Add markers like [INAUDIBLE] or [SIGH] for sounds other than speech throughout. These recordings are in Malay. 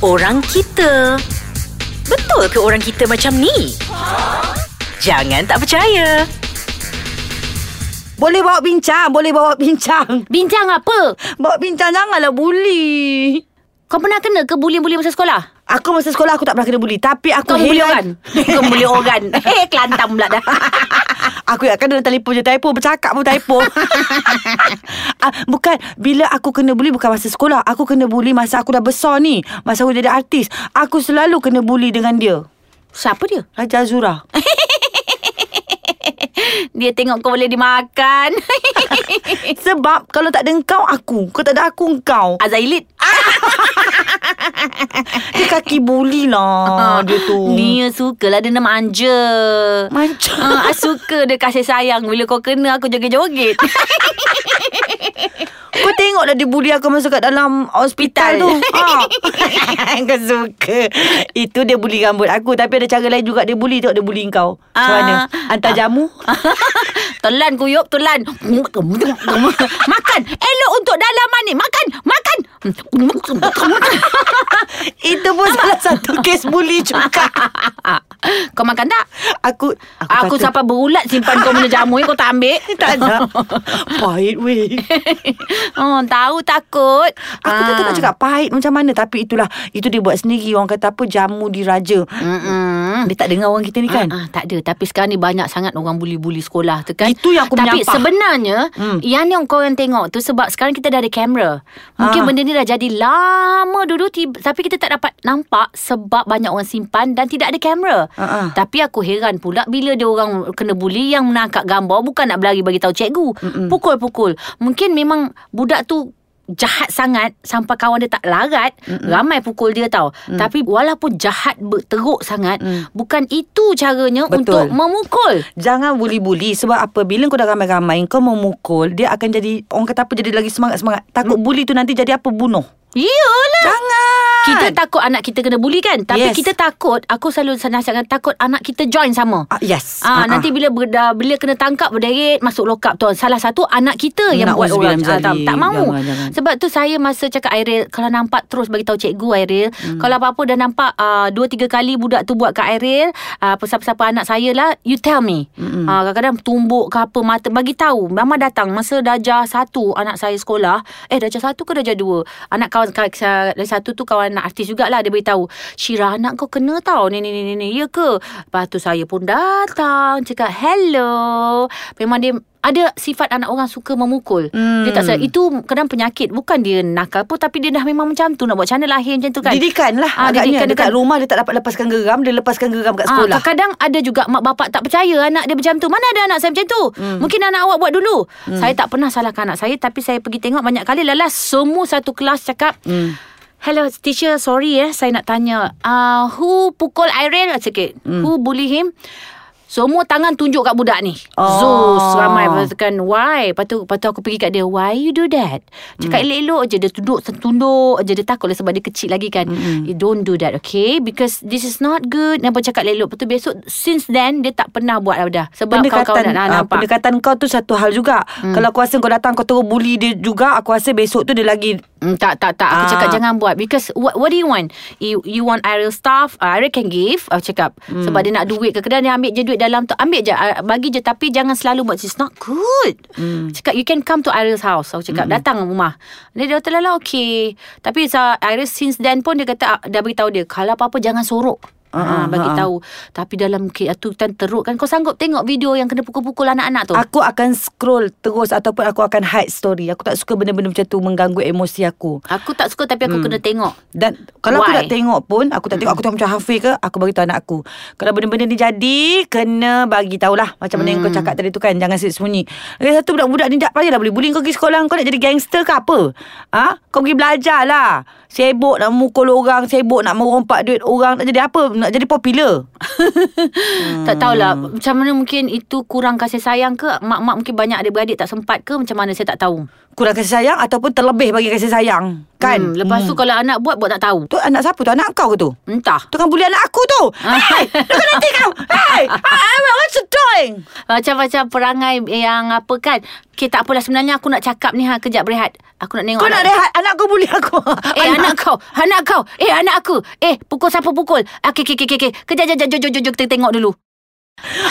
orang kita. Betul ke orang kita macam ni? Jangan tak percaya. Boleh bawa bincang, boleh bawa bincang. [LAUGHS] Bincang apa? Bawa bincang janganlah bully. Kau pernah kena ke bullying-bullying masa sekolah? Aku masa sekolah aku tak pernah kena bully Tapi aku Kau bully heran orang? Kau bully orang. [LAUGHS] Eh, Kelantan pula dah. Ah, Aku ingatkan dalam telefon je typo Bercakap pun typo [LAUGHS] [LAUGHS] ah, Bukan Bila aku kena bully Bukan masa sekolah Aku kena bully Masa aku dah besar ni Masa aku jadi artis Aku selalu kena bully dengan dia Siapa dia? Raja Azura [LAUGHS] Dia tengok kau boleh dimakan. [LAUGHS] Sebab Kalau tak ada engkau Aku Kau tak ada aku Engkau Azailit. [LAUGHS] Dia kaki bully lah Dia tu Dia Ah, sukalah dia nak manja. Macam Ah, uh, suka dia kasih sayang Bila kau kena aku joget-joget [LAUGHS] Kau tengok dah dia bully aku Masuk kat dalam hospital Hospital. tu ha. [LAUGHS] Kau suka Itu dia bully rambut aku Tapi ada cara lain juga Dia bully Tengok dia bully kau Macam Ah. mana Hantar jamu Telan kuyup telan Makan Elok untuk dalaman ni Makan Makan Itu pun salah satu Kes bully juga Kau makan tak? Aku Aku, aku kata, sampai berulat simpan kau punya jamu ni Kau tak ambil [LAUGHS] Tak ada Pahit weh [LAUGHS] oh, Tahu takut Ah. Aku kata nak cakap pahit macam mana Tapi itulah Itu dia buat sendiri Orang kata apa Jamu diraja Mm-mm. Dia tak dengar orang kita ni kan Ah, ah, tak ada Tapi sekarang ni banyak sangat Orang bully-bully sekolah tu kan Itu yang aku Tapi menyampah. sebenarnya Hmm. hmm. Yang ni yang korang tengok tu Sebab sekarang kita dah ada kamera Mungkin Ah. benda ni dah jadi lama dulu tiba, Tapi kita tak dapat nampak Sebab banyak orang simpan Dan tidak ada kamera Ah, ah. Tapi aku heran pula Bila dia orang kena bully Yang menangkap gambar Bukan nak berlari bagi tahu cikgu Pukul-pukul Mungkin memang Budak tu jahat sangat sampai kawan dia tak larat Mm-mm. ramai pukul dia tau mm. tapi walaupun jahat ber- teruk sangat mm. bukan itu caranya Betul. untuk memukul Jangan bully-bully Sebab apa Bila kau dah ramai-ramai Kau memukul Dia akan jadi Orang kata apa Jadi lagi semangat-semangat Hmm. Takut bully tu nanti Jadi apa bunuh iyalah Jangan kita takut anak kita kena bully kan tapi Yes. Kan? yes. kita takut aku selalu nasihatkan takut anak kita join sama Ah, yes. Ah, Ah, nanti ah. bila berda, bila kena tangkap berderet masuk lokap tu salah satu anak kita yang buat Nauzubillah orang min ah, tak, zalik. tak mahu. Jangan, jangan. Sebab tu saya masa cakap Airil kalau nampak terus bagi tahu cikgu Airil. Hmm. Kalau apa-apa dah nampak uh, dua tiga kali budak tu buat kat Airil, uh, siapa-siapa anak saya lah you tell me. Hmm. Uh, kadang-kadang tumbuk ke apa mata bagi tahu. Mama datang masa darjah satu anak saya sekolah, eh darjah satu ke darjah dua? Anak kawan kawan- dari satu tu kawan anak artis jugalah dia beritahu. Syirah anak kau kena tau ni ni ni ni, ni ya ke? Lepas tu saya pun datang cakap hello. Memang dia ada sifat anak orang suka memukul. Hmm. Hmm. Dia tak sedar. Itu kadang penyakit. Bukan dia nakal pun tapi dia dah memang macam tu. Nak buat macam mana lahir macam tu kan. Didikan lah Ah, Agaknya didikan dia dia kat kan- rumah Dia tak dapat lepaskan geram Dia lepaskan geram kat sekolah Ah, kadang ada juga mak bapak tak percaya anak dia macam tu. Mana ada anak saya macam tu? Hmm. Mungkin anak awak buat dulu. Hmm. Saya tak pernah salahkan anak saya tapi saya pergi tengok banyak kali lala semua satu kelas cakap hmm. Hello teacher, sorry eh saya nak tanya. Uh, who pukul Irene sikit? Hmm. Who bully him? Semua tangan tunjuk kat budak ni. Oh. Oh. Zeus ramai katakan why? Lepas tu, lepas tu aku pergi kat dia, why you do that? Hmm. Cakap elok-elok je dia duduk tunduk je dia takutlah sebab dia kecil lagi Hmm, kan. You don't do that okay because this is not good. Nampak cakap elok. Lepas tu besok since then dia tak pernah buat lah dah. dah. Sebab pendekatan kawan-kawan nak ah, nampak. pendekatan kau tu satu hal juga. Hmm. Kalau aku rasa kau datang kau terus bully dia juga, aku rasa besok tu dia lagi Mm, tak tak tak aku Ah. cakap jangan buat because what what do you want you you want Ariel stuff uh, Ariel can give aku cakap Hmm. mm. sebab dia nak duit ke kedai dia ambil je duit dalam tu ambil je uh, bagi je tapi jangan selalu buat it's not good Hmm. mm. cakap you can come to Ariel's house aku cakap mm. datang rumah dia dia kata lah okay tapi uh, Ariel since then pun dia kata ah, dah beritahu dia kalau apa-apa jangan sorok Ah, ah, Ha, bagi ah. tahu Tapi dalam ke- tu kan teruk kan Kau sanggup tengok video Yang kena pukul-pukul anak-anak tu aku akan scroll terus ataupun aku akan hide story. Aku tak suka benda-benda macam tu mengganggu emosi aku. Aku tak suka Tapi Hmm. aku kena tengok Dan kalau aku nak Why? tengok pun Aku tak tengok Aku tengok macam Hafiz ke Aku bagi tahu anak aku Kalau benda-benda ni jadi Kena bagi tahulah Macam mana yang Mm. kau cakap tadi tu kan Jangan sikit sembunyi Lagi satu budak-budak ni Tak payahlah boleh bullying Kau pergi sekolah Kau nak jadi gangster ke apa ha? Kau pergi belajar lah Sibuk nak mukul orang Sibuk nak merompak duit orang Nak jadi apa Nak jadi popular Tak tahulah Hmm. Macam mana mungkin Itu kurang kasih sayang ke Mak-mak mungkin banyak adik-beradik Tak sempat ke Macam mana saya tak tahu kurang kasih sayang ataupun terlebih bagi kasih sayang. Kan? Mm. Hmm, lepas tu kalau anak buat buat tak tahu. Tu anak siapa tu? Anak kau ke tu? Entah. Tu kan bully anak aku [LAUGHS] tu. Hai, kau nanti kau. Hai, Ah, hai, what's you doing? Macam-macam perangai yang apa kan. Okay, tak apalah sebenarnya aku nak cakap ni ha kejap berehat. Aku nak tengok. Kau nak rehat anak kau bully aku. [LAUGHS] Eh anak, anak kau Anak kau Eh anak aku Eh pukul siapa pukul Ah, Okay okay okay okay Kejap kejap jom jom jom jom, Kita tengok [LAUGHS] dulu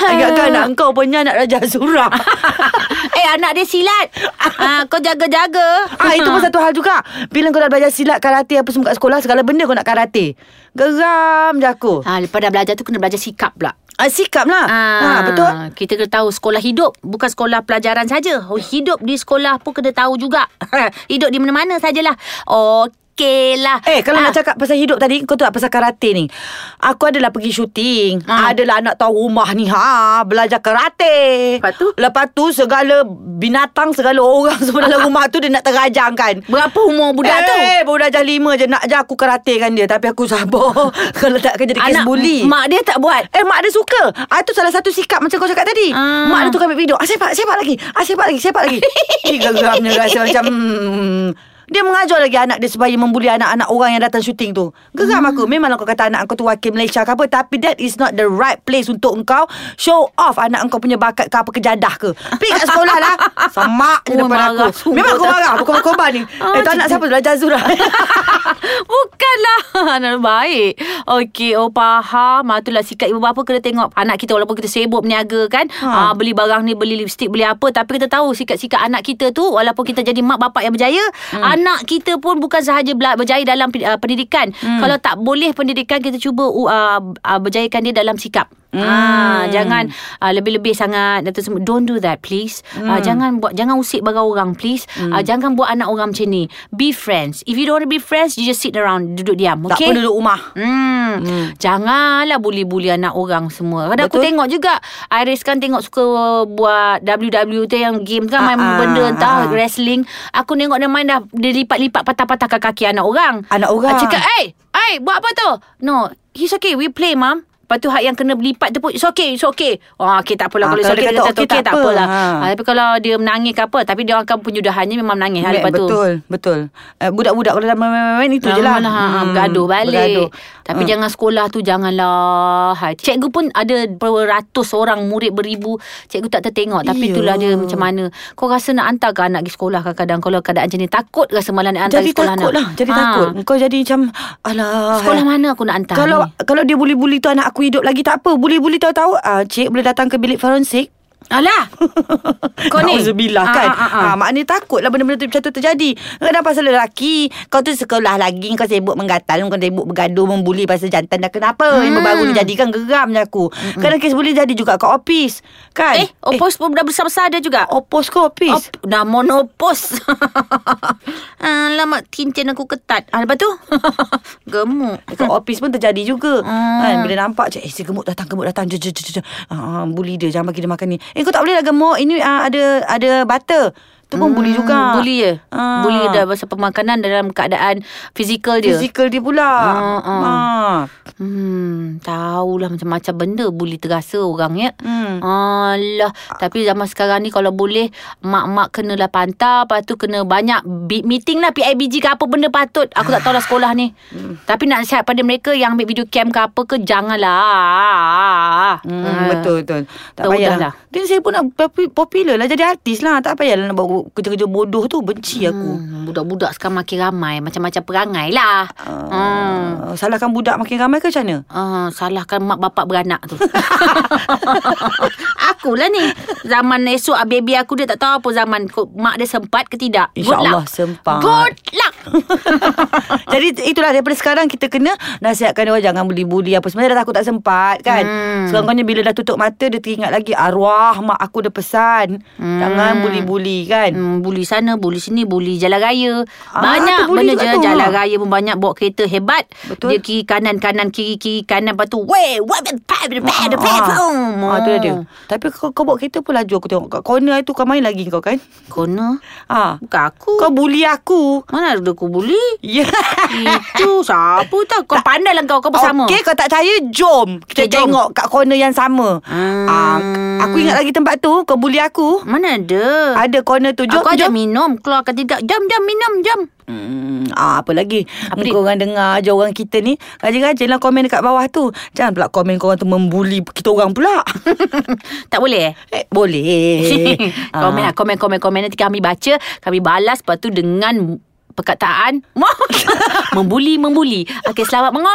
Agakkan anak kau punya anak Raja Surah. [LAUGHS] Eh anak dia [LAUGHS] silat ha, Kau jaga-jaga Ah itu pun satu hal juga. Bila kau dah belajar silat karate apa semua kat sekolah segala benda kau nak karate. Geram je aku. ha, Lepas dah belajar tu Kena belajar sikap pula Ah, sikap lah. Ah, Ah, betul. Kita kena tahu sekolah hidup bukan sekolah pelajaran saja. Ya. Oh, hidup di sekolah pun kena tahu juga. [LAUGHS] hidup di mana-mana sajalah. Okey lah. Eh kalau Ah, nak cakap pasal hidup tadi Kau tak pasal karate ni Aku adalah pergi syuting Ah. Adalah anak tahu rumah ni ha, Belajar karate Lepas tu? Lepas tu segala binatang Segala orang [LAUGHS] semua [LAUGHS] dalam rumah tu Dia nak terajang kan berapa umur eh, budak tu? Eh baru dah lima je Nak je aku karatekan dia Tapi aku sabar [LAUGHS] Kalau tak akan jadi kes Anak bully mak dia tak buat. [LAUGHS] Eh mak dia suka ah, Itu salah satu sikap Macam kau cakap tadi Ah. Mak dia tukar ambil video ah, Sepak sepak lagi ah, Sepak lagi Sepak [LAUGHS] lagi Eh geramnya rasa macam hmm. Dia mengajar lagi anak dia Supaya membuli anak-anak orang Yang datang syuting tu Geram Hmm. aku Memanglah kau kata anak kau tu Wakil Malaysia ke apa Tapi that is not the right place Untuk engkau Show off anak kau punya bakat ke apa Kejadah ke Pergi kat sekolah [LAUGHS] lah Semak je Oh, depan marah aku sungguh Memang aku tak- marah Aku korban ni Eh Ah, tak nak cik- siapa tu Belajar [LAUGHS] Zura Bukanlah Anak baik Okey Oh faham Ah, Itulah sikap ibu bapa Kena tengok anak kita Walaupun kita sibuk berniaga kan Ha. ha. Beli barang ni Beli lipstick Beli apa Tapi kita tahu Sikap-sikap anak kita tu Walaupun kita jadi mak bapak yang berjaya hmm. Anak kita pun Bukan sahaja bela- berjaya Dalam pen- ah, pendidikan hmm. Kalau tak boleh pendidikan Kita cuba uh, uh, Berjayakan dia dalam sikap Hmm. Ah, jangan ah, lebih-lebih sangat dan tu semua. Don't do that please. Hmm. Ah, jangan buat jangan usik barang orang please. Hmm. Ah, jangan buat anak orang macam ni. Be friends. If you don't want to be friends, you just sit around duduk diam. Tak Okay? perlu duduk rumah Hmm. hmm. Janganlah bully-bully anak orang semua. Kadang aku Betul. tengok juga Iris kan tengok suka buat WW tu yang game tu kan main Ah, ah, benda entah ah, ah. wrestling. Aku tengok dia main dah dia lipat-lipat patah-patahkan kaki anak orang. Anak orang. Aku Cakap, "Hey, hey, buat apa tu?" No, he's okay. We play, mom. Lepas tu hak yang kena lipat tu pun It's okay It's okay oh, Okay tak Ah, apalah Kalau it's kalau okay dia dia kata kata okay, okay, tak tak apa. apalah Ha. ha. Tapi kalau dia menangis ke apa Tapi dia orang kan penyudahannya Memang menangis hari lepas tu Betul Betul Eh, Budak-budak kalau dah main-main Itu je lah Lama lah, ha, Bergaduh balik bergaduh. Tapi Hmm. jangan sekolah tu Janganlah Hai, Cikgu pun ada Beratus orang Murid beribu Cikgu tak tertengok Tapi Iya. itulah dia Macam mana Kau rasa nak hantar ke anak pergi sekolah Kadang-kadang Kalau keadaan macam ni Takut rasa malah nak hantar Jadi pergi sekolah takut anak. lah Jadi Ah, takut Kau jadi macam Alah eh." Sekolah mana aku nak hantar Kalau ni? kalau dia bully-bully tu Anak aku hidup lagi tak apa Bully-bully tahu-tahu ah, Cik boleh datang ke bilik forensik Alah [LAUGHS] Kau ni Nauzubillah kan Ah, ah, ah, ah. ah, Maknanya takut lah Benda-benda tu macam tu terjadi Kadang pasal lelaki Kau tu sekolah lagi Kau sibuk menggatal Kau sibuk bergaduh Membuli pasal jantan dah kenapa hmm. Yang baru ni jadikan Geram je aku Kadang kes boleh jadi juga Kat opis Kan Eh, Eh Opos pun dah besar-besar ada juga Opos ke opis? Op, dah monopos [LAUGHS] Alamak Cincin aku ketat ah, Lepas tu [LAUGHS] Gemuk Dekat office pun terjadi juga Hmm. kan, Bila nampak je Eh si gemuk datang Gemuk datang je, je, je, je, je. Ah, ah, Bully dia Jangan bagi dia makan ni Eh kau tak boleh lah gemuk Ini ah, ada ada butter Tu pun bully juga Bully ya Ah. Bully dah pasal pemakanan Dalam keadaan Fizikal dia Fizik. Fizikal dia pula Ah, ah. Ah. Hmm Tahulah macam-macam benda Bully terasa orang ya Hmm. Alah Tapi zaman sekarang ni Kalau boleh Mak-mak kenalah pantau Lepas tu kena banyak bi- Meeting lah PIBG ke apa benda patut Aku tak tahu lah sekolah ni Hmm. Tapi nak nasihat pada mereka Yang ambil video cam ke apa ke Janganlah Hmm, Ah. betul betul. Tak Tahu payah lah. dah lah. Dia saya pun nak popu- popular lah jadi artis lah. Tak payah lah nak buat kerja-kerja bodoh tu benci aku. Hmm, budak-budak sekarang makin ramai Macam-macam perangai lah Uh, hmm. salahkan budak makin ramai ke macam mana? Uh, salahkan mak bapak beranak tu [LAUGHS] Akulah ni Zaman esok ah, Baby aku dia tak tahu apa zaman Ko- Mak dia sempat ke tidak Good InsyaAllah luck. sempat. Good luck [LAUGHS] Jadi itulah daripada sekarang kita kena nasihatkan dia orang jangan buli-buli apa sebenarnya dah takut tak sempat kan. Hmm. Hmm. Sekarang bila dah tutup mata dia teringat lagi arwah mak aku dah pesan hmm. jangan buli-buli kan. Hmm. hmm, Buli sana Buli sini Buli jalan raya Ah, Banyak tu buli benda juga je tu, Jalan ha. raya pun banyak Bawa kereta hebat Betul. Dia kiri kanan Kanan kiri kiri kanan Lepas tu Weh What the Ah, ah, tu dia. Tapi kau, kau bawa kereta pun laju aku tengok kat corner tu kau main lagi kau kan. Kona Ha. Bukan aku Kau buli aku. [LAUGHS] Mana ada aku buli Ya. Yeah. Itu siapa tak Kau pandai lah kau Kau bersama Okey kau tak percaya Jom Kita Okey, jom. tengok kat corner yang sama Hmm. ah, Aku ingat lagi tempat tu Kau bully aku Mana ada Ada corner tu Jom Aku ajak jom minum Keluar ke tidak Jam jam minum jam Hmm, ah, apa lagi Apa apa dia? Korang dengar je orang kita ni Rajin-rajin lah komen dekat bawah tu Jangan pula komen korang tu Membuli kita orang pula [LAUGHS] [LAUGHS] Tak boleh eh eh, Boleh [LAUGHS] Ah. Komen lah Komen komen komen Nanti kami baca Kami [LAUGHS] balas Lepas tu dengan Perkataan Membuli membuli Okey selamat mengom